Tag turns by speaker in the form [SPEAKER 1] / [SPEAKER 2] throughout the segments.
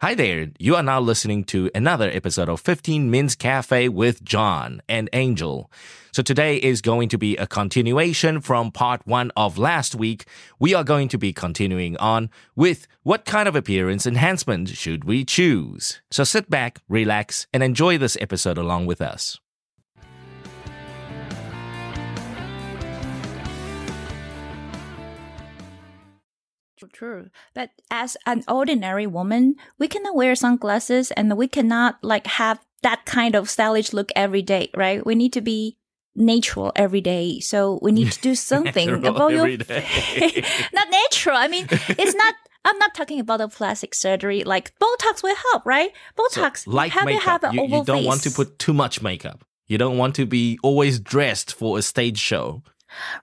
[SPEAKER 1] Hi there. You are now listening to another episode of 15 Men's Cafe with John and Angel. So today is going to be a continuation from part one of last week. We are going to be continuing on with what kind of appearance enhancement should we choose? So sit back, relax, and enjoy this episode along with us.
[SPEAKER 2] True. But as an ordinary woman, we cannot wear sunglasses and we cannot like have that kind of stylish look every day, right? We need to be natural every day. So we need to do something
[SPEAKER 1] Natural
[SPEAKER 2] about your
[SPEAKER 1] every day.
[SPEAKER 2] not natural. I mean, it's not I'm not talking about a plastic surgery like Botox will help, right?
[SPEAKER 1] So,
[SPEAKER 2] Botox
[SPEAKER 1] like
[SPEAKER 2] have you
[SPEAKER 1] makeup,
[SPEAKER 2] have an
[SPEAKER 1] you,
[SPEAKER 2] oval
[SPEAKER 1] you don't want to
[SPEAKER 2] face.
[SPEAKER 1] put too much makeup. You don't want to be always dressed for a stage show.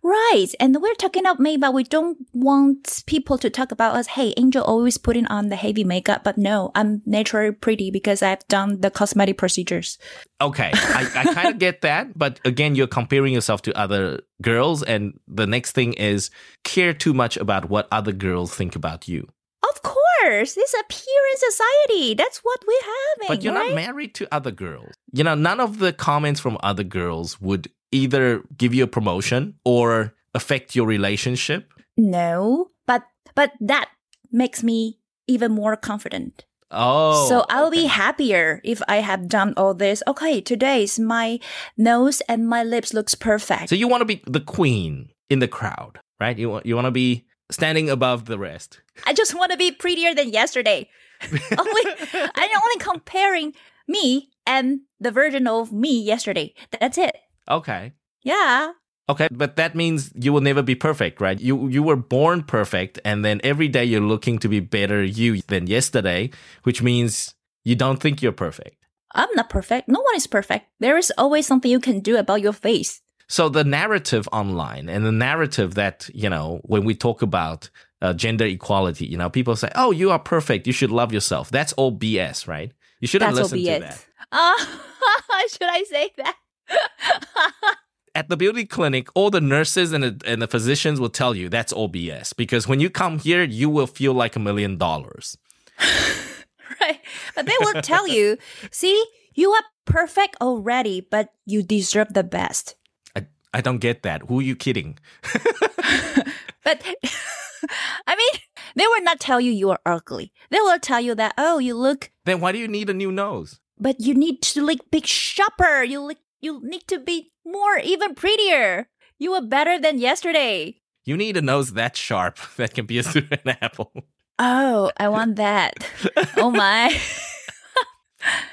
[SPEAKER 2] Right. And we're talking about makeup. We don't want people to talk about us. Hey, Angel always putting on the heavy makeup, but no, I'm naturally pretty because I've done the cosmetic procedures.
[SPEAKER 1] Okay, I, I kind of get that, but again, you're comparing yourself to other girls, and the next thing is care too much about what other girls think about you.
[SPEAKER 2] Of course, this appearance society. That's what we're having.
[SPEAKER 1] But you're
[SPEAKER 2] right?
[SPEAKER 1] not married to other girls. You know, none of the comments from other girls would either give you a promotion or affect your relationship.
[SPEAKER 2] no, but but that makes me even more confident.
[SPEAKER 1] Oh,
[SPEAKER 2] so I'll be
[SPEAKER 1] okay.
[SPEAKER 2] happier if I have done all this. Okay, today's my nose and my lips looks perfect.
[SPEAKER 1] So you want to be the queen in the crowd, right? You want you want to be standing above the rest.
[SPEAKER 2] I just want to be prettier than yesterday. only, I'm only comparing me and the version of me yesterday. That's it.
[SPEAKER 1] Okay.
[SPEAKER 2] Yeah.
[SPEAKER 1] Okay, but that means you will never be perfect, right? You you were born perfect and then every day you're looking to be better you than yesterday, which means you don't think you're perfect.
[SPEAKER 2] I'm not perfect. No one is perfect. There is always something you can do about your face.
[SPEAKER 1] So the narrative online and the narrative that, you know, when we talk about uh, gender equality, you know, people say, "Oh, you are perfect. You should love yourself." That's all BS, right? You shouldn't
[SPEAKER 2] That's all
[SPEAKER 1] listen
[SPEAKER 2] be
[SPEAKER 1] to
[SPEAKER 2] it.
[SPEAKER 1] that.
[SPEAKER 2] Uh, should I say that?
[SPEAKER 1] at the beauty clinic, all the nurses and the, and the physicians will tell you that's all BS because when you come here, you will feel like a million dollars.
[SPEAKER 2] right. But they will tell you, see, you are perfect already, but you deserve the best.
[SPEAKER 1] I, I don't get that. Who are you kidding?
[SPEAKER 2] But I mean, they will not tell you you are ugly. They will tell you that, oh, you look
[SPEAKER 1] Then why do you need a new nose?
[SPEAKER 2] but you need to look big shopper. You look, you need to be more even prettier. You were better than yesterday.
[SPEAKER 1] You need a nose that sharp that can pierce through an apple.
[SPEAKER 2] Oh, I want that. oh my.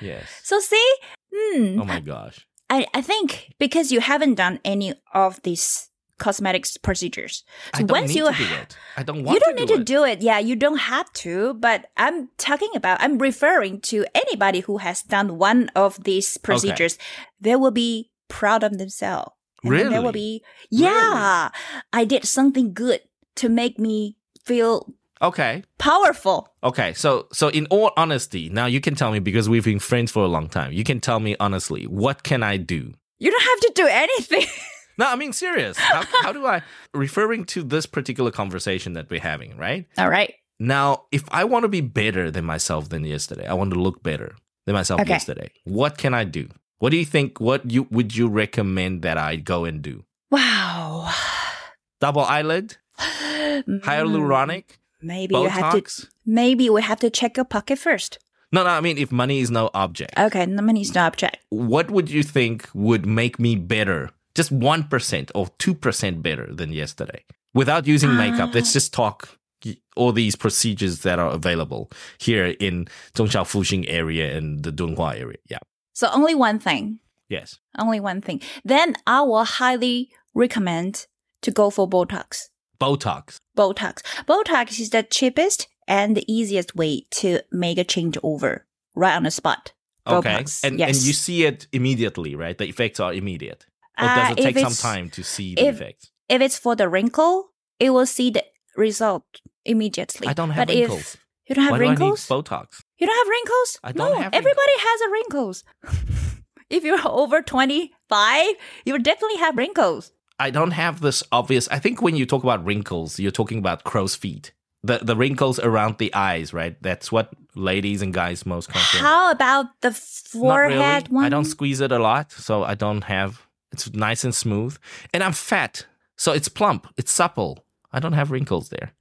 [SPEAKER 1] Yes.
[SPEAKER 2] So see, hmm.
[SPEAKER 1] Oh my gosh.
[SPEAKER 2] I, I think because you haven't done any of these cosmetics procedures.
[SPEAKER 1] I
[SPEAKER 2] So
[SPEAKER 1] don't
[SPEAKER 2] once
[SPEAKER 1] need
[SPEAKER 2] you
[SPEAKER 1] to do it. I don't want
[SPEAKER 2] you don't need to
[SPEAKER 1] it.
[SPEAKER 2] do it. Yeah, you don't have to, but I'm talking about I'm referring to anybody who has done one of these procedures. They will be proud of themselves. And then They
[SPEAKER 1] Really?
[SPEAKER 2] will be yeah, I did something good to make me feel
[SPEAKER 1] Okay.
[SPEAKER 2] powerful.
[SPEAKER 1] Okay, so so in all honesty, now you can tell me because we've been friends for a long time. You can tell me honestly, what can I do?
[SPEAKER 2] You don't have to do anything.
[SPEAKER 1] No, I mean serious. How, how do I referring to this particular conversation that we're having, right?
[SPEAKER 2] All right.
[SPEAKER 1] Now, if I want to be better than myself than yesterday, I want to look better than myself
[SPEAKER 2] Okay.
[SPEAKER 1] yesterday. What can I do? What do you think? What you would you recommend that I go and do?
[SPEAKER 2] Wow.
[SPEAKER 1] Double eyelid, hyaluronic,
[SPEAKER 2] Hmm, Maybe Mm. you have to
[SPEAKER 1] Botox.
[SPEAKER 2] maybe we have to check your pocket first.
[SPEAKER 1] no, no. I mean, if money is no object,
[SPEAKER 2] Okay, the money is no object.
[SPEAKER 1] what would you think would make me better? Just one percent or two percent better than yesterday, without using makeup.
[SPEAKER 2] Ah.
[SPEAKER 1] Let's just talk y- all these procedures that are available here in Zhongshan Fuxing area and the Dunhua area. Yeah.
[SPEAKER 2] So only one thing.
[SPEAKER 1] Yes.
[SPEAKER 2] Only one thing. Then I will highly recommend to go for Botox.
[SPEAKER 1] Botox.
[SPEAKER 2] Botox. Botox is the cheapest and the easiest way to make a changeover right on the spot.
[SPEAKER 1] Okay.
[SPEAKER 2] Botox,
[SPEAKER 1] And
[SPEAKER 2] yes.
[SPEAKER 1] and you see it immediately, right? The effects are immediate. Or
[SPEAKER 2] Uh,
[SPEAKER 1] does it take
[SPEAKER 2] if
[SPEAKER 1] some
[SPEAKER 2] it's-
[SPEAKER 1] time to see the
[SPEAKER 2] if-
[SPEAKER 1] effects?
[SPEAKER 2] If it's for the wrinkle, it will see the result immediately.
[SPEAKER 1] I don't have
[SPEAKER 2] But if-
[SPEAKER 1] wrinkles.
[SPEAKER 2] you don't have
[SPEAKER 1] Why
[SPEAKER 2] wrinkles?
[SPEAKER 1] do I need Botox?
[SPEAKER 2] you don't have wrinkles?
[SPEAKER 1] I don't
[SPEAKER 2] no,
[SPEAKER 1] have
[SPEAKER 2] everybody has a wrinkles. if you're over 25, you definitely have wrinkles.
[SPEAKER 1] I don't have this obvious. I think when you talk about wrinkles, you're talking about crow's feet. The the wrinkles around the eyes, right? That's what ladies and guys most confident.
[SPEAKER 2] How about the
[SPEAKER 1] Not really.
[SPEAKER 2] forehead one?
[SPEAKER 1] I don't squeeze it a lot, so I don't have. It's nice and smooth, and I'm fat, so it's plump. It's supple. I don't have wrinkles there.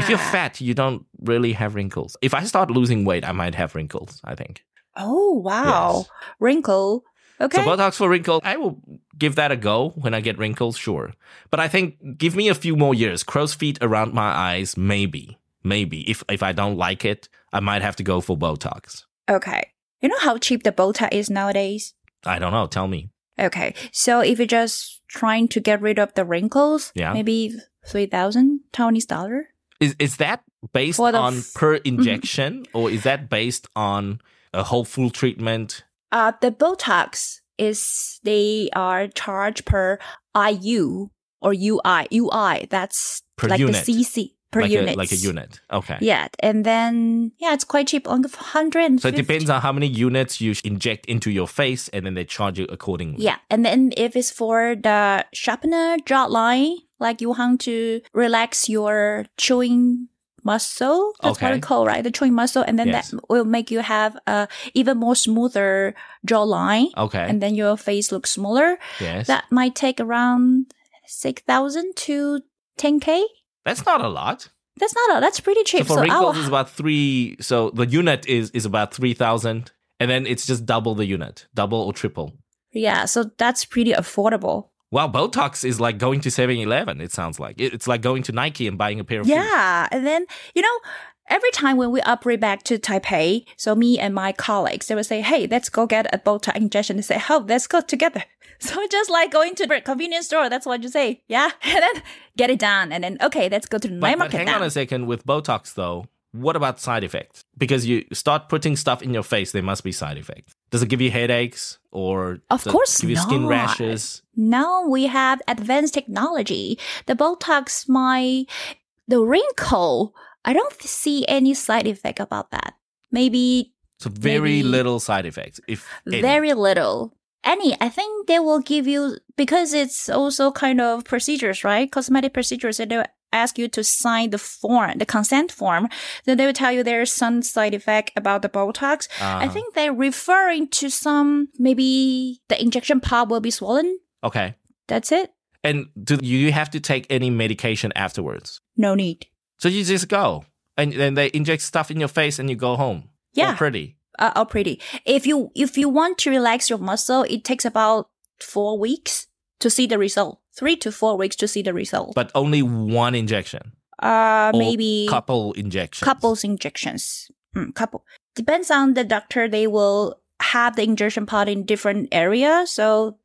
[SPEAKER 1] If you're
[SPEAKER 2] Ah.
[SPEAKER 1] fat, you don't really have wrinkles. If I start losing weight, I might have wrinkles. I think.
[SPEAKER 2] Oh wow,
[SPEAKER 1] Yes.
[SPEAKER 2] wrinkle. Okay.
[SPEAKER 1] So Botox for wrinkles, I will give that a go when I get wrinkles, sure. But I think give me a few more years. Crow's feet around my eyes, maybe, maybe. If if I don't like it, I might have to go for Botox.
[SPEAKER 2] okay. You know how cheap the Botox is nowadays.
[SPEAKER 1] I don't know. Tell me.
[SPEAKER 2] Okay, so if you're just trying to get rid of the wrinkles,
[SPEAKER 1] Yeah.
[SPEAKER 2] maybe three thousand Taiwanese dollar.
[SPEAKER 1] Is is that based
[SPEAKER 2] For the
[SPEAKER 1] on
[SPEAKER 2] f- mm-hmm.
[SPEAKER 1] per injection or is that based on a whole full treatment?
[SPEAKER 2] Uh, the Botox is they are charged per IU or UI. UI that's
[SPEAKER 1] Per
[SPEAKER 2] like
[SPEAKER 1] unit.
[SPEAKER 2] the CC per
[SPEAKER 1] like
[SPEAKER 2] unit.
[SPEAKER 1] a like a unit. Okay.
[SPEAKER 2] Yeah, and then yeah, it's quite cheap, only hundred and
[SPEAKER 1] So it
[SPEAKER 2] fifty.
[SPEAKER 1] depends on how many units you inject into your face and then they charge you accordingly.
[SPEAKER 2] Yeah, and then if it's for the sharpener jawline, like you want to relax your chewing muscle, that's what
[SPEAKER 1] Okay.
[SPEAKER 2] we call right, the chewing muscle, and then
[SPEAKER 1] Yes.
[SPEAKER 2] that will make you have a even more smoother jawline,
[SPEAKER 1] Okay.
[SPEAKER 2] and then your face looks smaller.
[SPEAKER 1] yes.
[SPEAKER 2] That might take around six thousand to ten k.
[SPEAKER 1] That's not a lot.
[SPEAKER 2] That's not a. That's pretty
[SPEAKER 1] So
[SPEAKER 2] cheap. oh,
[SPEAKER 1] for
[SPEAKER 2] I'll-
[SPEAKER 1] wrinkles is about three. So the unit is is about three thousand, and then it's just double the unit, double or triple.
[SPEAKER 2] yeah, so that's pretty affordable.
[SPEAKER 1] Wow, Botox is like going to 7-Eleven. It sounds like It- it's like going to Nike and buying a pair of shoes.
[SPEAKER 2] Yeah. And then, you know, every time when we upgrade back to Taipei, so me and my colleagues, they would say, hey, let's go get a Botox injection. They say, oh, let's go together. So just like going to the convenience store, that's what you say. Yeah. And then get it done. And then, okay, let's go to the night
[SPEAKER 1] But, but
[SPEAKER 2] market
[SPEAKER 1] hang
[SPEAKER 2] now.
[SPEAKER 1] on a second. With Botox though, what about side effects? Because you start putting stuff in your face, there must be side effects. Does it give you headaches or
[SPEAKER 2] Of
[SPEAKER 1] does it
[SPEAKER 2] course
[SPEAKER 1] give you skin
[SPEAKER 2] not.
[SPEAKER 1] rashes?
[SPEAKER 2] now we have advanced technology. The Botox, my, the wrinkle, I don't see any side effect about that. Maybe
[SPEAKER 1] So very
[SPEAKER 2] Maybe-
[SPEAKER 1] little side effects, if any.
[SPEAKER 2] very little. Any, I think they will give you because it's also kind of procedures, right? Cosmetic procedures, and they'll ask you to sign the form, the consent form. Then they will tell you there's some side effect about the Botox. I
[SPEAKER 1] Uh-huh.
[SPEAKER 2] think they're referring to some maybe the injection part will be swollen.
[SPEAKER 1] okay.
[SPEAKER 2] That's it.
[SPEAKER 1] And do you have to take any medication afterwards?
[SPEAKER 2] No need.
[SPEAKER 1] So you just go and then they inject stuff in your face and you go home.
[SPEAKER 2] Yeah.
[SPEAKER 1] All pretty.
[SPEAKER 2] Uh, oh, pretty. If you if you want to relax your muscle, it takes about four weeks to see the result. Three to four weeks to see the result.
[SPEAKER 1] But only one injection.
[SPEAKER 2] uh,
[SPEAKER 1] Or
[SPEAKER 2] maybe
[SPEAKER 1] Couple injections.
[SPEAKER 2] couples injections. Mm, couple depends on the doctor. They will have the injection part in different area, so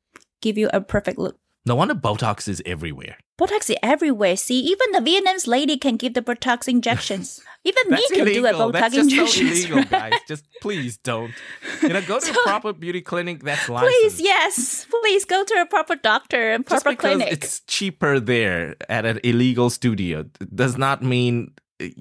[SPEAKER 2] give you a perfect look.
[SPEAKER 1] No wonder Botox is everywhere.
[SPEAKER 2] Botox is everywhere. See, even the Vietnamese lady can give the Botox injections. Even me
[SPEAKER 1] That's
[SPEAKER 2] can do a
[SPEAKER 1] illegal.
[SPEAKER 2] Botox
[SPEAKER 1] That's just so
[SPEAKER 2] injection.
[SPEAKER 1] illegal, guys. Just please don't. You know, go to
[SPEAKER 2] So-
[SPEAKER 1] a proper beauty clinic that's licensed.
[SPEAKER 2] Please, yes, please go to a proper doctor and
[SPEAKER 1] Just
[SPEAKER 2] proper
[SPEAKER 1] because
[SPEAKER 2] clinic.
[SPEAKER 1] it's cheaper there at an illegal studio d- does not mean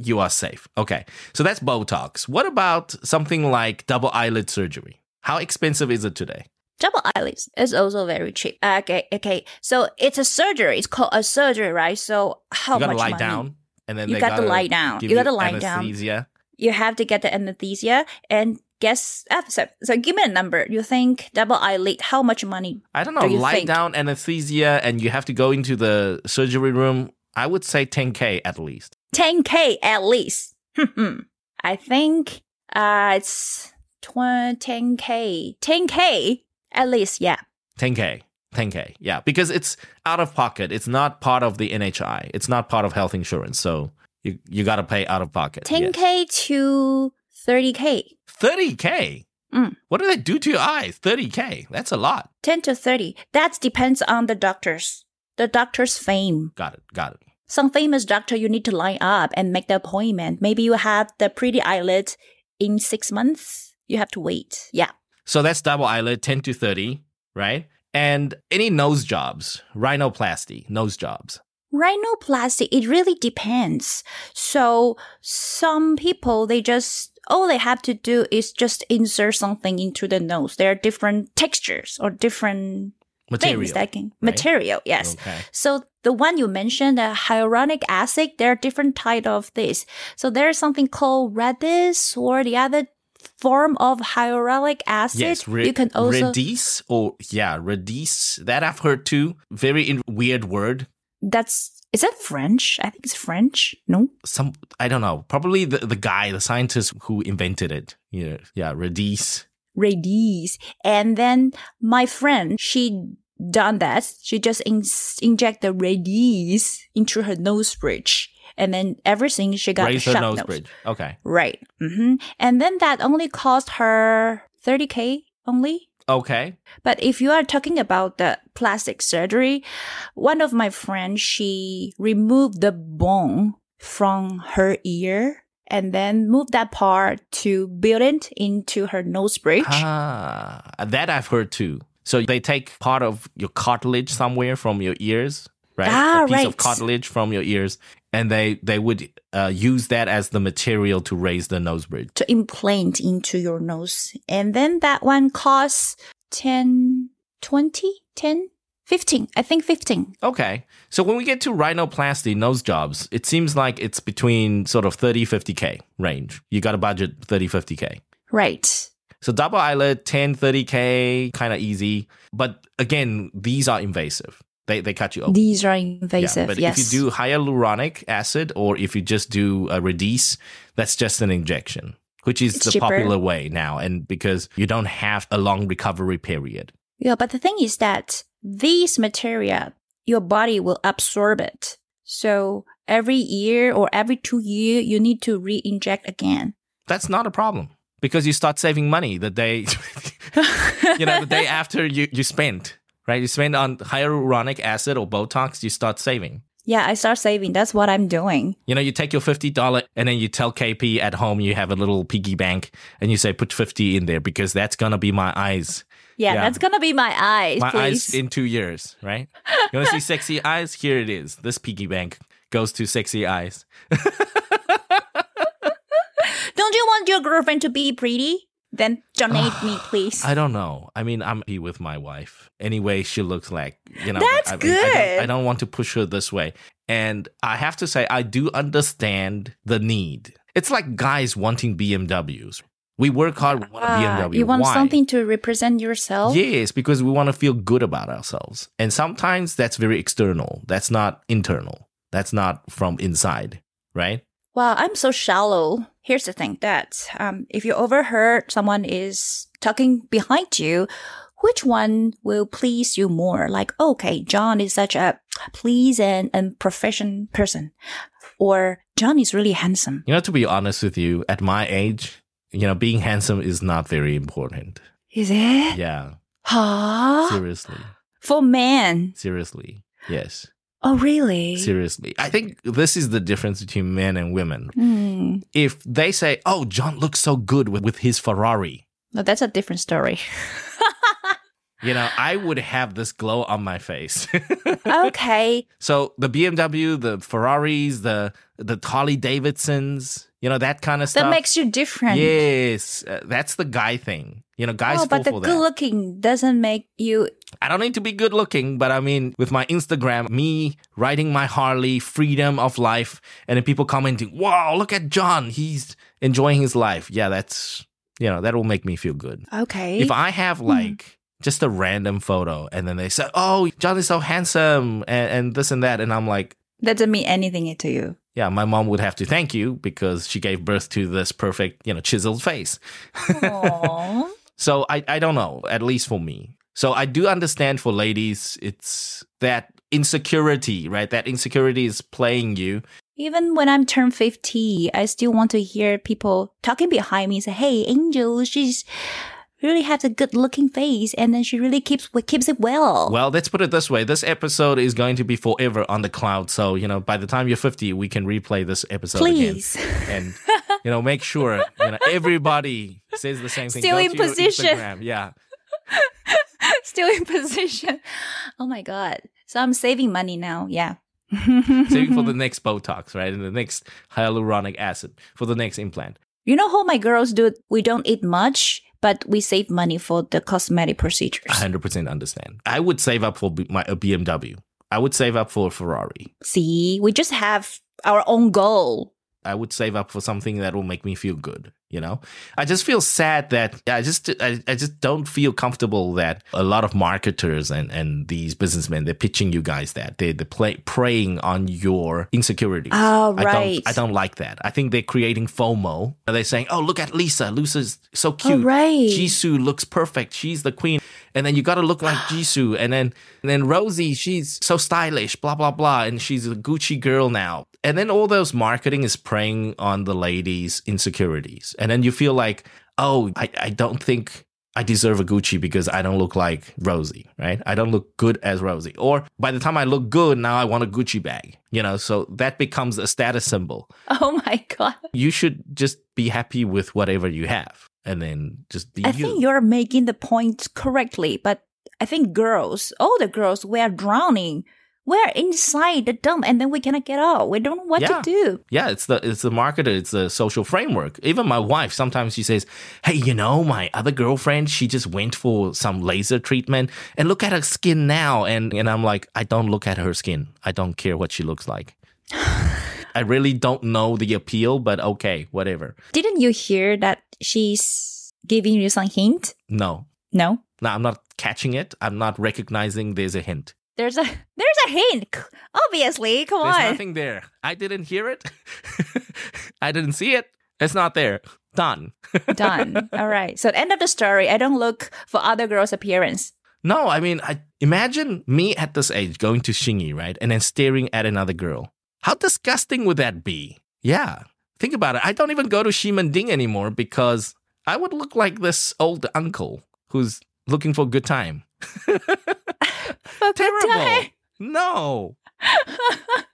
[SPEAKER 1] you are safe. Okay, so that's Botox. What about something like double eyelid surgery? How expensive is it today?
[SPEAKER 2] Double eyelids is also very cheap. Uh, Okay, okay. So it's a surgery. It's called a surgery, right? So how
[SPEAKER 1] you gotta
[SPEAKER 2] much
[SPEAKER 1] lie
[SPEAKER 2] money?
[SPEAKER 1] down, and then
[SPEAKER 2] you
[SPEAKER 1] they
[SPEAKER 2] got to
[SPEAKER 1] gotta
[SPEAKER 2] lie down.
[SPEAKER 1] give
[SPEAKER 2] You got to lie down.
[SPEAKER 1] anesthesia.
[SPEAKER 2] you have to get the anesthesia and guess ah, so, so give me a number you think double eyelid how much money
[SPEAKER 1] I don't know.
[SPEAKER 2] Do you
[SPEAKER 1] lie
[SPEAKER 2] think?
[SPEAKER 1] down, anesthesia, and you have to go into the surgery room. I would say 10k at least.
[SPEAKER 2] 10k at least Hmm, i think uh it's 20, 10k 10k at least yeah
[SPEAKER 1] 10k, 10k. Yeah, because it's out of pocket. It's not part of the NHI. It's not part of health insurance. So you you got to pay out of pocket.
[SPEAKER 2] 10k
[SPEAKER 1] yes.
[SPEAKER 2] to 30k
[SPEAKER 1] 30k.
[SPEAKER 2] Mm.
[SPEAKER 1] What do they do to your eyes? 30k. That's a lot.
[SPEAKER 2] 10 to 30 that depends on the doctors the doctor's fame
[SPEAKER 1] Got it. Got it.
[SPEAKER 2] some famous doctor you need to line up and make the appointment maybe you have the pretty eyelid in six months you have to wait yeah
[SPEAKER 1] So that's double eyelid, 10 to 30, right? And any nose jobs, rhinoplasty, nose jobs.
[SPEAKER 2] Rhinoplasty, it really depends. So some people, they just, all they have to do is just insert something into the nose. There are different textures or different
[SPEAKER 1] Material.
[SPEAKER 2] things that can,
[SPEAKER 1] right?
[SPEAKER 2] material, yes.
[SPEAKER 1] Okay.
[SPEAKER 2] So the one you mentioned, the hyaluronic acid, there are different type of this. So there's something called redis or the other form of hyaluronic acid.
[SPEAKER 1] Yes, re-
[SPEAKER 2] you can also
[SPEAKER 1] Redis or yeah, Redis. That I've heard too. Very in- weird word.
[SPEAKER 2] that's is that French? I think it's French. No,
[SPEAKER 1] Some I don't know. Probably the, the guy, the scientist who invented it. Yeah, yeah, Redis.
[SPEAKER 2] release. And then my friend, she done that. She just in- inject the release into her nose bridge, and then everything she got
[SPEAKER 1] Razor
[SPEAKER 2] shut
[SPEAKER 1] nose bridge. Okay.
[SPEAKER 2] Right. hmm And then that only cost her 30k only.
[SPEAKER 1] Okay.
[SPEAKER 2] But if you are talking about the plastic surgery, one of my friends, she removed the bone from her ear and then moved that part to build it into her nose bridge.
[SPEAKER 1] Ah, that I've heard too. So they take part of your cartilage somewhere from your ears, right?
[SPEAKER 2] Ah,
[SPEAKER 1] A piece of
[SPEAKER 2] right.
[SPEAKER 1] cartilage from your ears, and they they would uh, use that as the material to raise the nose bridge.
[SPEAKER 2] to implant into your nose. And then that one costs 10, 20, 10, 15. I think 15.
[SPEAKER 1] Okay. So when we get to rhinoplasty nose jobs, it seems like it's between sort of 30 50k range. You got a budget 30 50k.
[SPEAKER 2] Right.
[SPEAKER 1] So double eyelid 10 30k kind of easy, but again, these are invasive. They they cut you open.
[SPEAKER 2] These are
[SPEAKER 1] Oh. Yeah,
[SPEAKER 2] invasive.
[SPEAKER 1] but
[SPEAKER 2] yes.
[SPEAKER 1] if you do hyaluronic acid or if you just do a Redis, that's just an injection, which is
[SPEAKER 2] It's
[SPEAKER 1] the
[SPEAKER 2] cheaper.
[SPEAKER 1] popular way now. And because you don't have a long recovery period.
[SPEAKER 2] Yeah, but the thing is that these material, your body will absorb it. So every year or every two year, you need to re-inject again.
[SPEAKER 1] That's not a problem because you start saving money the day, you know, the day after you, you spend, right? You spend on hyaluronic acid or Botox, you start saving.
[SPEAKER 2] yeah, I start saving. That's what I'm doing.
[SPEAKER 1] You know, you take your $50 and then you tell KP at home you have a little piggy bank and you say, put 50 in there because that's going to be my eyes
[SPEAKER 2] Yeah,
[SPEAKER 1] Yeah.
[SPEAKER 2] that's gonna be my eyes,
[SPEAKER 1] my eyes
[SPEAKER 2] please.
[SPEAKER 1] in two years, right? You want to see sexy eyes? Here it is. This piggy bank goes to sexy eyes.
[SPEAKER 2] Don't you want your girlfriend to be pretty? Then donate me, please.
[SPEAKER 1] I don't know. I mean, I'm happy with my wife. Anyway, she looks like you know.
[SPEAKER 2] That's
[SPEAKER 1] I, I mean, I don't- I
[SPEAKER 2] good.
[SPEAKER 1] don't, want to push her this way, and I have to say, I do understand the need. It's like guys wanting BMWs. We work hard. We want a
[SPEAKER 2] Ah,
[SPEAKER 1] BMW.
[SPEAKER 2] you want
[SPEAKER 1] Why?
[SPEAKER 2] something to represent yourself?
[SPEAKER 1] Yes, because we want to feel good about ourselves, and sometimes that's very external. That's not internal. That's not from inside, right?
[SPEAKER 2] Well, I'm so shallow. Here's the thing that um, if you overheard someone is talking behind you, which one will please you more? Like, okay, John is such a please and, and profession person. Or John is really handsome.
[SPEAKER 1] You know, to be honest with you, at my age, you know, being handsome is not very important.
[SPEAKER 2] Is it?
[SPEAKER 1] Yeah,
[SPEAKER 2] Huh?
[SPEAKER 1] seriously,
[SPEAKER 2] For men.
[SPEAKER 1] seriously, yes,
[SPEAKER 2] Oh, really?
[SPEAKER 1] seriously. I think this is the difference between men and women.
[SPEAKER 2] Hmm.
[SPEAKER 1] If they say, "Oh, John looks so good with, with his Ferrari,"
[SPEAKER 2] No, that's a different story.
[SPEAKER 1] you know, I would have this glow on my face.
[SPEAKER 2] okay.
[SPEAKER 1] so the BMW, the Ferraris, the the Harley Davidsons, you know, that kind of
[SPEAKER 2] That
[SPEAKER 1] stuff.
[SPEAKER 2] makes you different.
[SPEAKER 1] yes, uh, that's the guy thing. You know, guys
[SPEAKER 2] oh,
[SPEAKER 1] fall
[SPEAKER 2] but the
[SPEAKER 1] for
[SPEAKER 2] good
[SPEAKER 1] that.
[SPEAKER 2] looking doesn't make you
[SPEAKER 1] I don't need to be good looking, but I mean, with my Instagram, me riding my Harley, freedom of life, and then people commenting, wow, look at John. He's enjoying his life. Yeah, that's, you know, that will make me feel good.
[SPEAKER 2] okay.
[SPEAKER 1] If I have
[SPEAKER 2] Hmm.
[SPEAKER 1] like just a random photo and then they say, oh, John is so handsome and, and this and that. And I'm like,
[SPEAKER 2] doesn't mean anything to you.
[SPEAKER 1] yeah, my mom would have to thank you because she gave birth to this perfect, you know, chiseled face.
[SPEAKER 2] Aww.
[SPEAKER 1] So I, I don't know, at least for me. So I do understand for ladies, it's that insecurity, right? That insecurity is playing you.
[SPEAKER 2] Even when I'm turned 50, I still want to hear people talking behind me say, Hey, Angel, she's really has a good looking face and then she really keeps keeps it well.
[SPEAKER 1] Well, let's put it this way. This episode is going to be forever on the cloud. So, you know, by the time you're 50, we can replay this episode
[SPEAKER 2] Please.
[SPEAKER 1] again. And, you know, make sure you know, everybody says the same thing.
[SPEAKER 2] Still
[SPEAKER 1] Go
[SPEAKER 2] in
[SPEAKER 1] to your
[SPEAKER 2] position.
[SPEAKER 1] Instagram. Yeah.
[SPEAKER 2] still in position. Oh my god. So I'm saving money now. Yeah.
[SPEAKER 1] Saving for
[SPEAKER 2] Mm-hmm.
[SPEAKER 1] the next Botox, right? And the next hyaluronic acid for the next implant.
[SPEAKER 2] You know how my girls do it? We don't eat much, but we save money for the cosmetic procedures.
[SPEAKER 1] hundred percent understand. I would save up for B- my a BMW. I would save up for a Ferrari.
[SPEAKER 2] See, we just have our own goal.
[SPEAKER 1] I would save up for something that will make me feel good. You know, I just feel sad that I just I, I just don't feel comfortable that a lot of marketers and and these businessmen they're pitching you guys that they they're play, preying on your insecurities.
[SPEAKER 2] Oh,
[SPEAKER 1] I
[SPEAKER 2] right.
[SPEAKER 1] don't I don't like that. I think they're creating FOMO. They're saying, "Oh, look at Lisa. Lisa's so
[SPEAKER 2] Oh,
[SPEAKER 1] cute.
[SPEAKER 2] right.
[SPEAKER 1] Jisoo looks perfect. She's the queen. And then you got to look like Jisoo. And then and then Rosie, she's so stylish, blah blah blah, and she's a Gucci girl now. And then all those marketing is preying on the ladies' insecurities. And then you feel like, "Oh, I, I don't think I deserve a Gucci because I don't look like Rosie, right? I don't look good as Rosie. Or by the time I look good, now I want a Gucci bag, you know? So that becomes a status symbol.
[SPEAKER 2] Oh my god.
[SPEAKER 1] You should just be happy with whatever you have and then just be
[SPEAKER 2] I
[SPEAKER 1] you.
[SPEAKER 2] think you're making the point correctly, but I think girls, all the girls, we are drowning. We're inside the dump and then we cannot get out. We don't know what
[SPEAKER 1] Yeah.
[SPEAKER 2] to do.
[SPEAKER 1] yeah, it's the it's the marketer, it's the social framework. Even my wife sometimes she says, "Hey, you know, my other girlfriend, she just went for some laser treatment, and look at her skin now." And and I'm like, I don't look at her skin. I don't care what she looks like. I really don't know the appeal, but okay, whatever.
[SPEAKER 2] Didn't you hear that she's giving you some hint?
[SPEAKER 1] No,
[SPEAKER 2] No.
[SPEAKER 1] no, I'm not catching it. I'm not recognizing there's a hint.
[SPEAKER 2] There's a there's a hint. c- Obviously, come
[SPEAKER 1] There's
[SPEAKER 2] on.
[SPEAKER 1] nothing there. I didn't hear it. I didn't see it. It's not there. Done.
[SPEAKER 2] Done. All right. So end of the story. I don't look for other girls' appearance.
[SPEAKER 1] No, I mean, I imagine me at this age going to Shingy, right? And then staring at another girl. How disgusting would that be? Yeah. Think about it. I don't even go to Shimanding anymore because I would look like this old uncle who's looking for a good time.
[SPEAKER 2] For good
[SPEAKER 1] Terrible.
[SPEAKER 2] time.
[SPEAKER 1] No.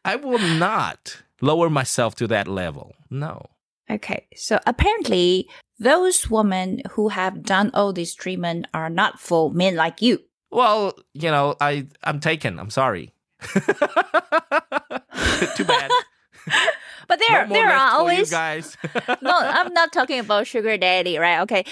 [SPEAKER 1] I will not lower myself to that level. No.
[SPEAKER 2] Okay, so apparently those women who have done all this treatment are not for men like you.
[SPEAKER 1] Well, you know, I I'm taken. I'm sorry. Too bad.
[SPEAKER 2] But there,
[SPEAKER 1] No more
[SPEAKER 2] there
[SPEAKER 1] left
[SPEAKER 2] are
[SPEAKER 1] for you
[SPEAKER 2] always.
[SPEAKER 1] guys.
[SPEAKER 2] no, I'm not talking about sugar daddy, right? Okay,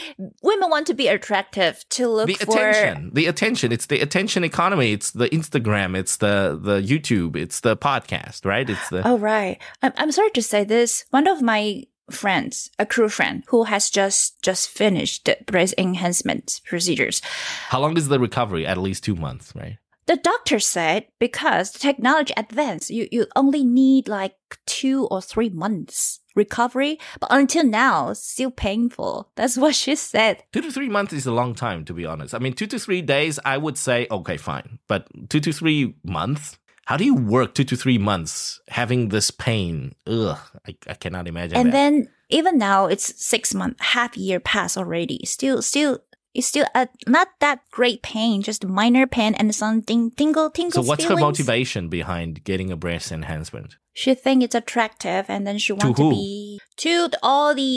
[SPEAKER 2] women want to be attractive to look
[SPEAKER 1] the
[SPEAKER 2] for.
[SPEAKER 1] attention the attention it's the attention economy it's the instagram it's the the youtube it's the podcast right it's the
[SPEAKER 2] Oh right, I'm, I'm sorry to say this. One of my friends, a crew friend, who has just just finished the breast enhancement procedures,
[SPEAKER 1] how long is the recovery at least two months right
[SPEAKER 2] The doctor said because the technology advanced, you, you only need like two or three months recovery. But until now, it's still painful. That's what she said.
[SPEAKER 1] two to three months is a long time to be honest i mean two to three days i would say okay fine but two to three months how do you work two to three months having this pain ugh i, I cannot imagine
[SPEAKER 2] and
[SPEAKER 1] that.
[SPEAKER 2] then even now, it's six month, half year passed already. Still, still, it's still a, not that great pain, just minor pain and some ding, tingle,
[SPEAKER 1] so
[SPEAKER 2] tingle.
[SPEAKER 1] what's her
[SPEAKER 2] feelings.
[SPEAKER 1] motivation behind getting a breast enhancement
[SPEAKER 2] She think it's attractive, and then she wants to
[SPEAKER 1] who?
[SPEAKER 2] be to the- all the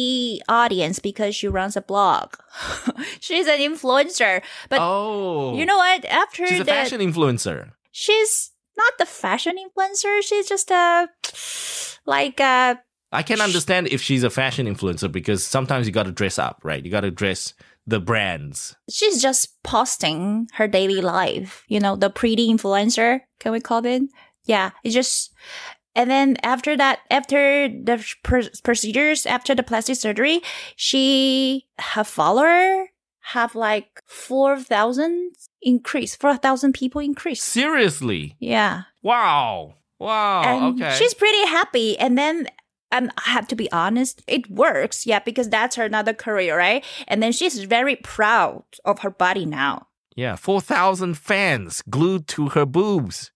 [SPEAKER 2] audience because she runs a blog. She's an influencer, but
[SPEAKER 1] oh
[SPEAKER 2] You know what? After
[SPEAKER 1] she's a
[SPEAKER 2] that,
[SPEAKER 1] fashion influencer
[SPEAKER 2] she's not the fashion influencer. She's just a like a
[SPEAKER 1] I can understand if she's a fashion influencer because sometimes you got to dress up, right? You got to dress the brands.
[SPEAKER 2] she's just posting her daily life. You know, the pretty influencer. Can we call it? Yeah, it's just. And then after that, after the pr- procedures, after the plastic surgery, she her follower have like four thousand increase, four thousand people increase.
[SPEAKER 1] Seriously.
[SPEAKER 2] Yeah.
[SPEAKER 1] Wow. Wow.
[SPEAKER 2] and
[SPEAKER 1] Oh, okay.
[SPEAKER 2] she's pretty happy. And then um, I have to be honest, it works, yeah, because that's her another career, right? And then she's very proud of her body now.
[SPEAKER 1] yeah, 4,000 fans glued to her boobs.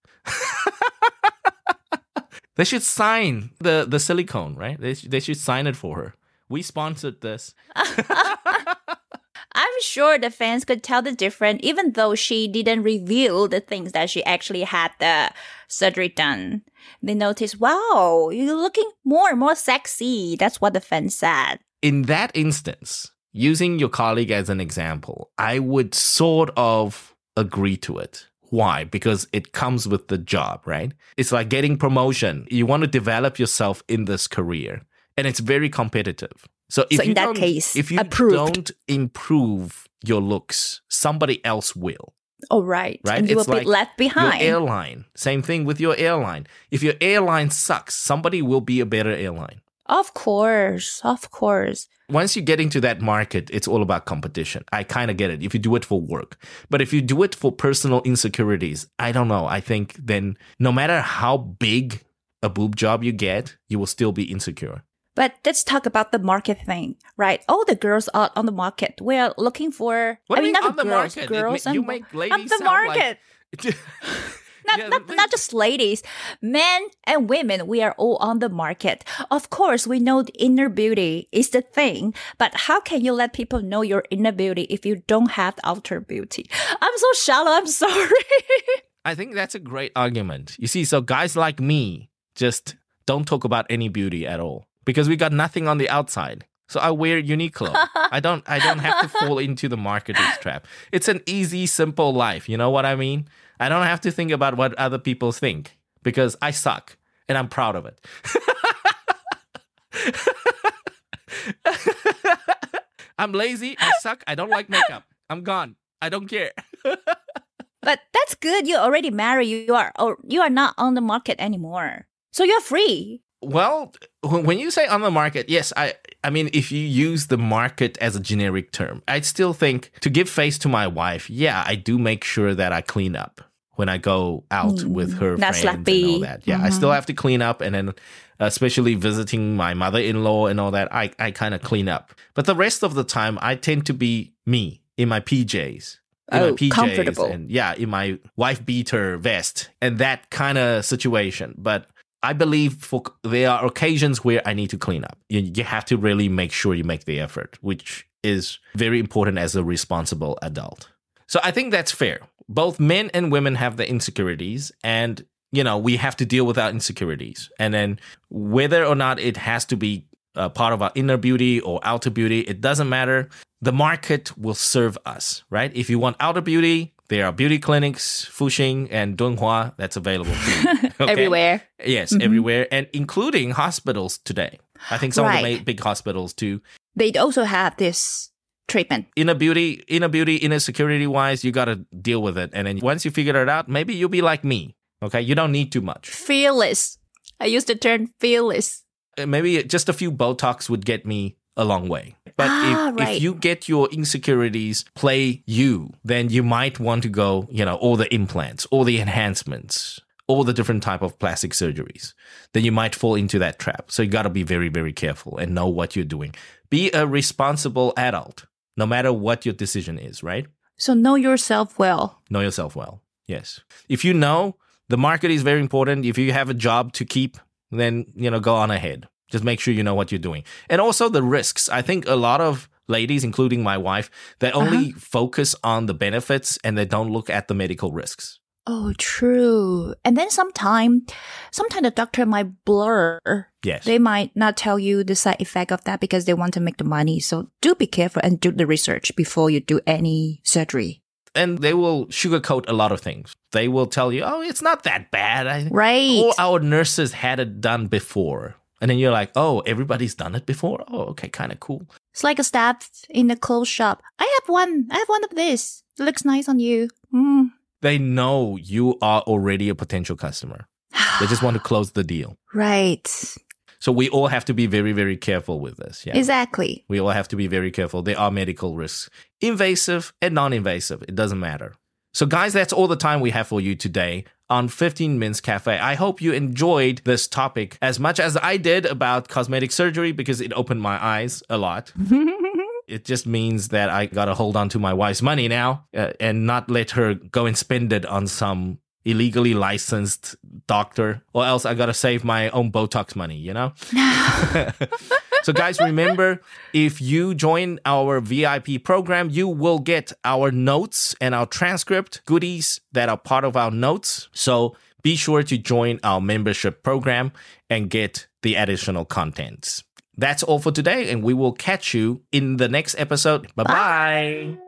[SPEAKER 1] they should sign the, the silicone, right? They, sh- they should sign it for her. We sponsored this.
[SPEAKER 2] I'm sure the fans could tell the difference, even though she didn't reveal the things that she actually had the surgery done. They noticed, wow, you're looking more and more sexy. That's what the fans said.
[SPEAKER 1] in that instance, using your colleague as an example, I would sort of agree to it. Why? Because it comes with the job, right? It's like getting promotion. You want to develop yourself in this career, and it's very competitive. So, if
[SPEAKER 2] So in
[SPEAKER 1] you
[SPEAKER 2] that
[SPEAKER 1] don't-
[SPEAKER 2] case,
[SPEAKER 1] if you
[SPEAKER 2] approved.
[SPEAKER 1] don't improve your looks, somebody else will.
[SPEAKER 2] Oh, right.
[SPEAKER 1] Right?
[SPEAKER 2] And you
[SPEAKER 1] It's
[SPEAKER 2] will
[SPEAKER 1] like
[SPEAKER 2] be left behind.
[SPEAKER 1] Your airline. Same thing with your airline. If your airline sucks, somebody will be a better airline.
[SPEAKER 2] of course. Of course.
[SPEAKER 1] Once you get into that market, it's all about competition. I kind of get it if you do it for work. But if you do it for personal insecurities, I don't know. I think then no matter how big a boob job you get, you will still be insecure.
[SPEAKER 2] But let's talk about the market thing, right? All the girls out on the market. We're looking for.
[SPEAKER 1] What
[SPEAKER 2] I
[SPEAKER 1] do you
[SPEAKER 2] mean, not
[SPEAKER 1] on the
[SPEAKER 2] girls,
[SPEAKER 1] market? It
[SPEAKER 2] girls
[SPEAKER 1] ma- you
[SPEAKER 2] and
[SPEAKER 1] make
[SPEAKER 2] on
[SPEAKER 1] ladies
[SPEAKER 2] the
[SPEAKER 1] sound like-
[SPEAKER 2] market. Not,
[SPEAKER 1] Yeah,
[SPEAKER 2] not,
[SPEAKER 1] the-
[SPEAKER 2] not just ladies, men and women, we are all on the market. Of course, we know the inner beauty is the thing, but how can you let people know your inner beauty if you don't have the outer beauty? I'm so shallow, I'm sorry.
[SPEAKER 1] I think that's a great argument. You see, so guys like me just don't talk about any beauty at all because we got nothing on the outside. So I wear Uniqlo. I don't I don't have to fall into the marketer's trap. It's an easy, simple life. You know what I mean? I don't have to think about what other people think because I suck and I'm proud of it. I'm lazy, I suck, I don't like makeup. I'm gone. I don't care.
[SPEAKER 2] but that's good. You already married. You are or you are not on the market anymore. So you're free.
[SPEAKER 1] Well, wh- when you say on the market, yes, I I mean if you use the market as a generic term, I still think to give face to my wife, yeah, I do make sure that I clean up when I go out
[SPEAKER 2] Mm,
[SPEAKER 1] with her
[SPEAKER 2] that's
[SPEAKER 1] friends and all
[SPEAKER 2] slappy. Mm-hmm.
[SPEAKER 1] that. Yeah, I still have to clean up and then especially visiting my mother-in-law and all that, I I kind of clean up. But the rest of the time I tend to be me in my PJs in my
[SPEAKER 2] Oh,
[SPEAKER 1] PJs
[SPEAKER 2] comfortable.
[SPEAKER 1] and yeah, in my wife beater vest and that kind of situation. But I believe for there are occasions where I need to clean up. You, you have to really make sure you make the effort, which is very important as a responsible adult. So I think that's fair. Both men and women have their insecurities and you know, we have to deal with our insecurities. And then whether or not it has to be uh, part of our inner beauty or outer beauty, it doesn't matter. The market will serve us, right? If you want outer beauty, there are beauty clinics, Fuxing and Dunhua that's available to you. Okay?
[SPEAKER 2] Everywhere.
[SPEAKER 1] Yes,
[SPEAKER 2] Mhm.
[SPEAKER 1] everywhere and including hospitals today. I think some of the
[SPEAKER 2] Right.
[SPEAKER 1] ma- big hospitals too.
[SPEAKER 2] They also have this treatment.
[SPEAKER 1] Inner beauty, inner beauty, inner security wise, you got to deal with it. And then once you figure it out, maybe you'll be like me. Okay, you don't need too much.
[SPEAKER 2] Fearless. I use the term fearless.
[SPEAKER 1] Uh, Maybe just a few Botox would get me a long way. But
[SPEAKER 2] Ah,
[SPEAKER 1] if,
[SPEAKER 2] right.
[SPEAKER 1] if you get your insecurities play you, then you might want to go, you know, all the implants, all the enhancements, all the different type of plastic surgeries. Then you might fall into that trap. So you got to be very, very careful and know what you're doing. Be a responsible adult, no matter what your decision is, right?
[SPEAKER 2] So know yourself well.
[SPEAKER 1] know yourself well. Yes. If you know the market is very important, if you have a job to keep, then you know go on ahead. Just make sure you know what you're doing. And also the risks. I think a lot of ladies including my wife, they
[SPEAKER 2] Uh-huh.
[SPEAKER 1] only focus on the benefits and they don't look at the medical risks.
[SPEAKER 2] Oh, true. And then sometime, sometime the doctor might blur.
[SPEAKER 1] Yes.
[SPEAKER 2] They might not tell you the side effect of that because they want to make the money. So do be careful and do the research before you do any surgery.
[SPEAKER 1] and they will sugarcoat a lot of things. They will tell you, "Oh, it's not that bad." Oh, I,
[SPEAKER 2] Right.
[SPEAKER 1] All our nurses had it done before. And then you're like, "Oh, everybody's done it before." Oh, okay, kind of cool.
[SPEAKER 2] It's like a staff in a clothes shop. I have one. I have one of this. It looks nice on you. Mm.
[SPEAKER 1] they know you are already a potential customer. They just want to close the deal.
[SPEAKER 2] Right.
[SPEAKER 1] So we all have to be very, very careful with this. Yeah.
[SPEAKER 2] Exactly.
[SPEAKER 1] we all have to be very careful. There are medical risks, invasive and non invasive. It doesn't matter. So, guys, that's all the time we have for you today on 15 Minutes Cafe. I hope you enjoyed this topic as much as I did about cosmetic surgery because it opened my eyes a lot. It just means that I got to hold on to my wife's money now uh, and not let her go and spend it on some illegally licensed doctor, or else I got to save my own Botox money, you know? so, guys, remember if you join our VIP program, you will get our notes and our transcript goodies that are part of our notes. So, be sure to join our membership program and get the additional contents. That's all for today, and we will catch you in the next episode. Bye-bye. bye bye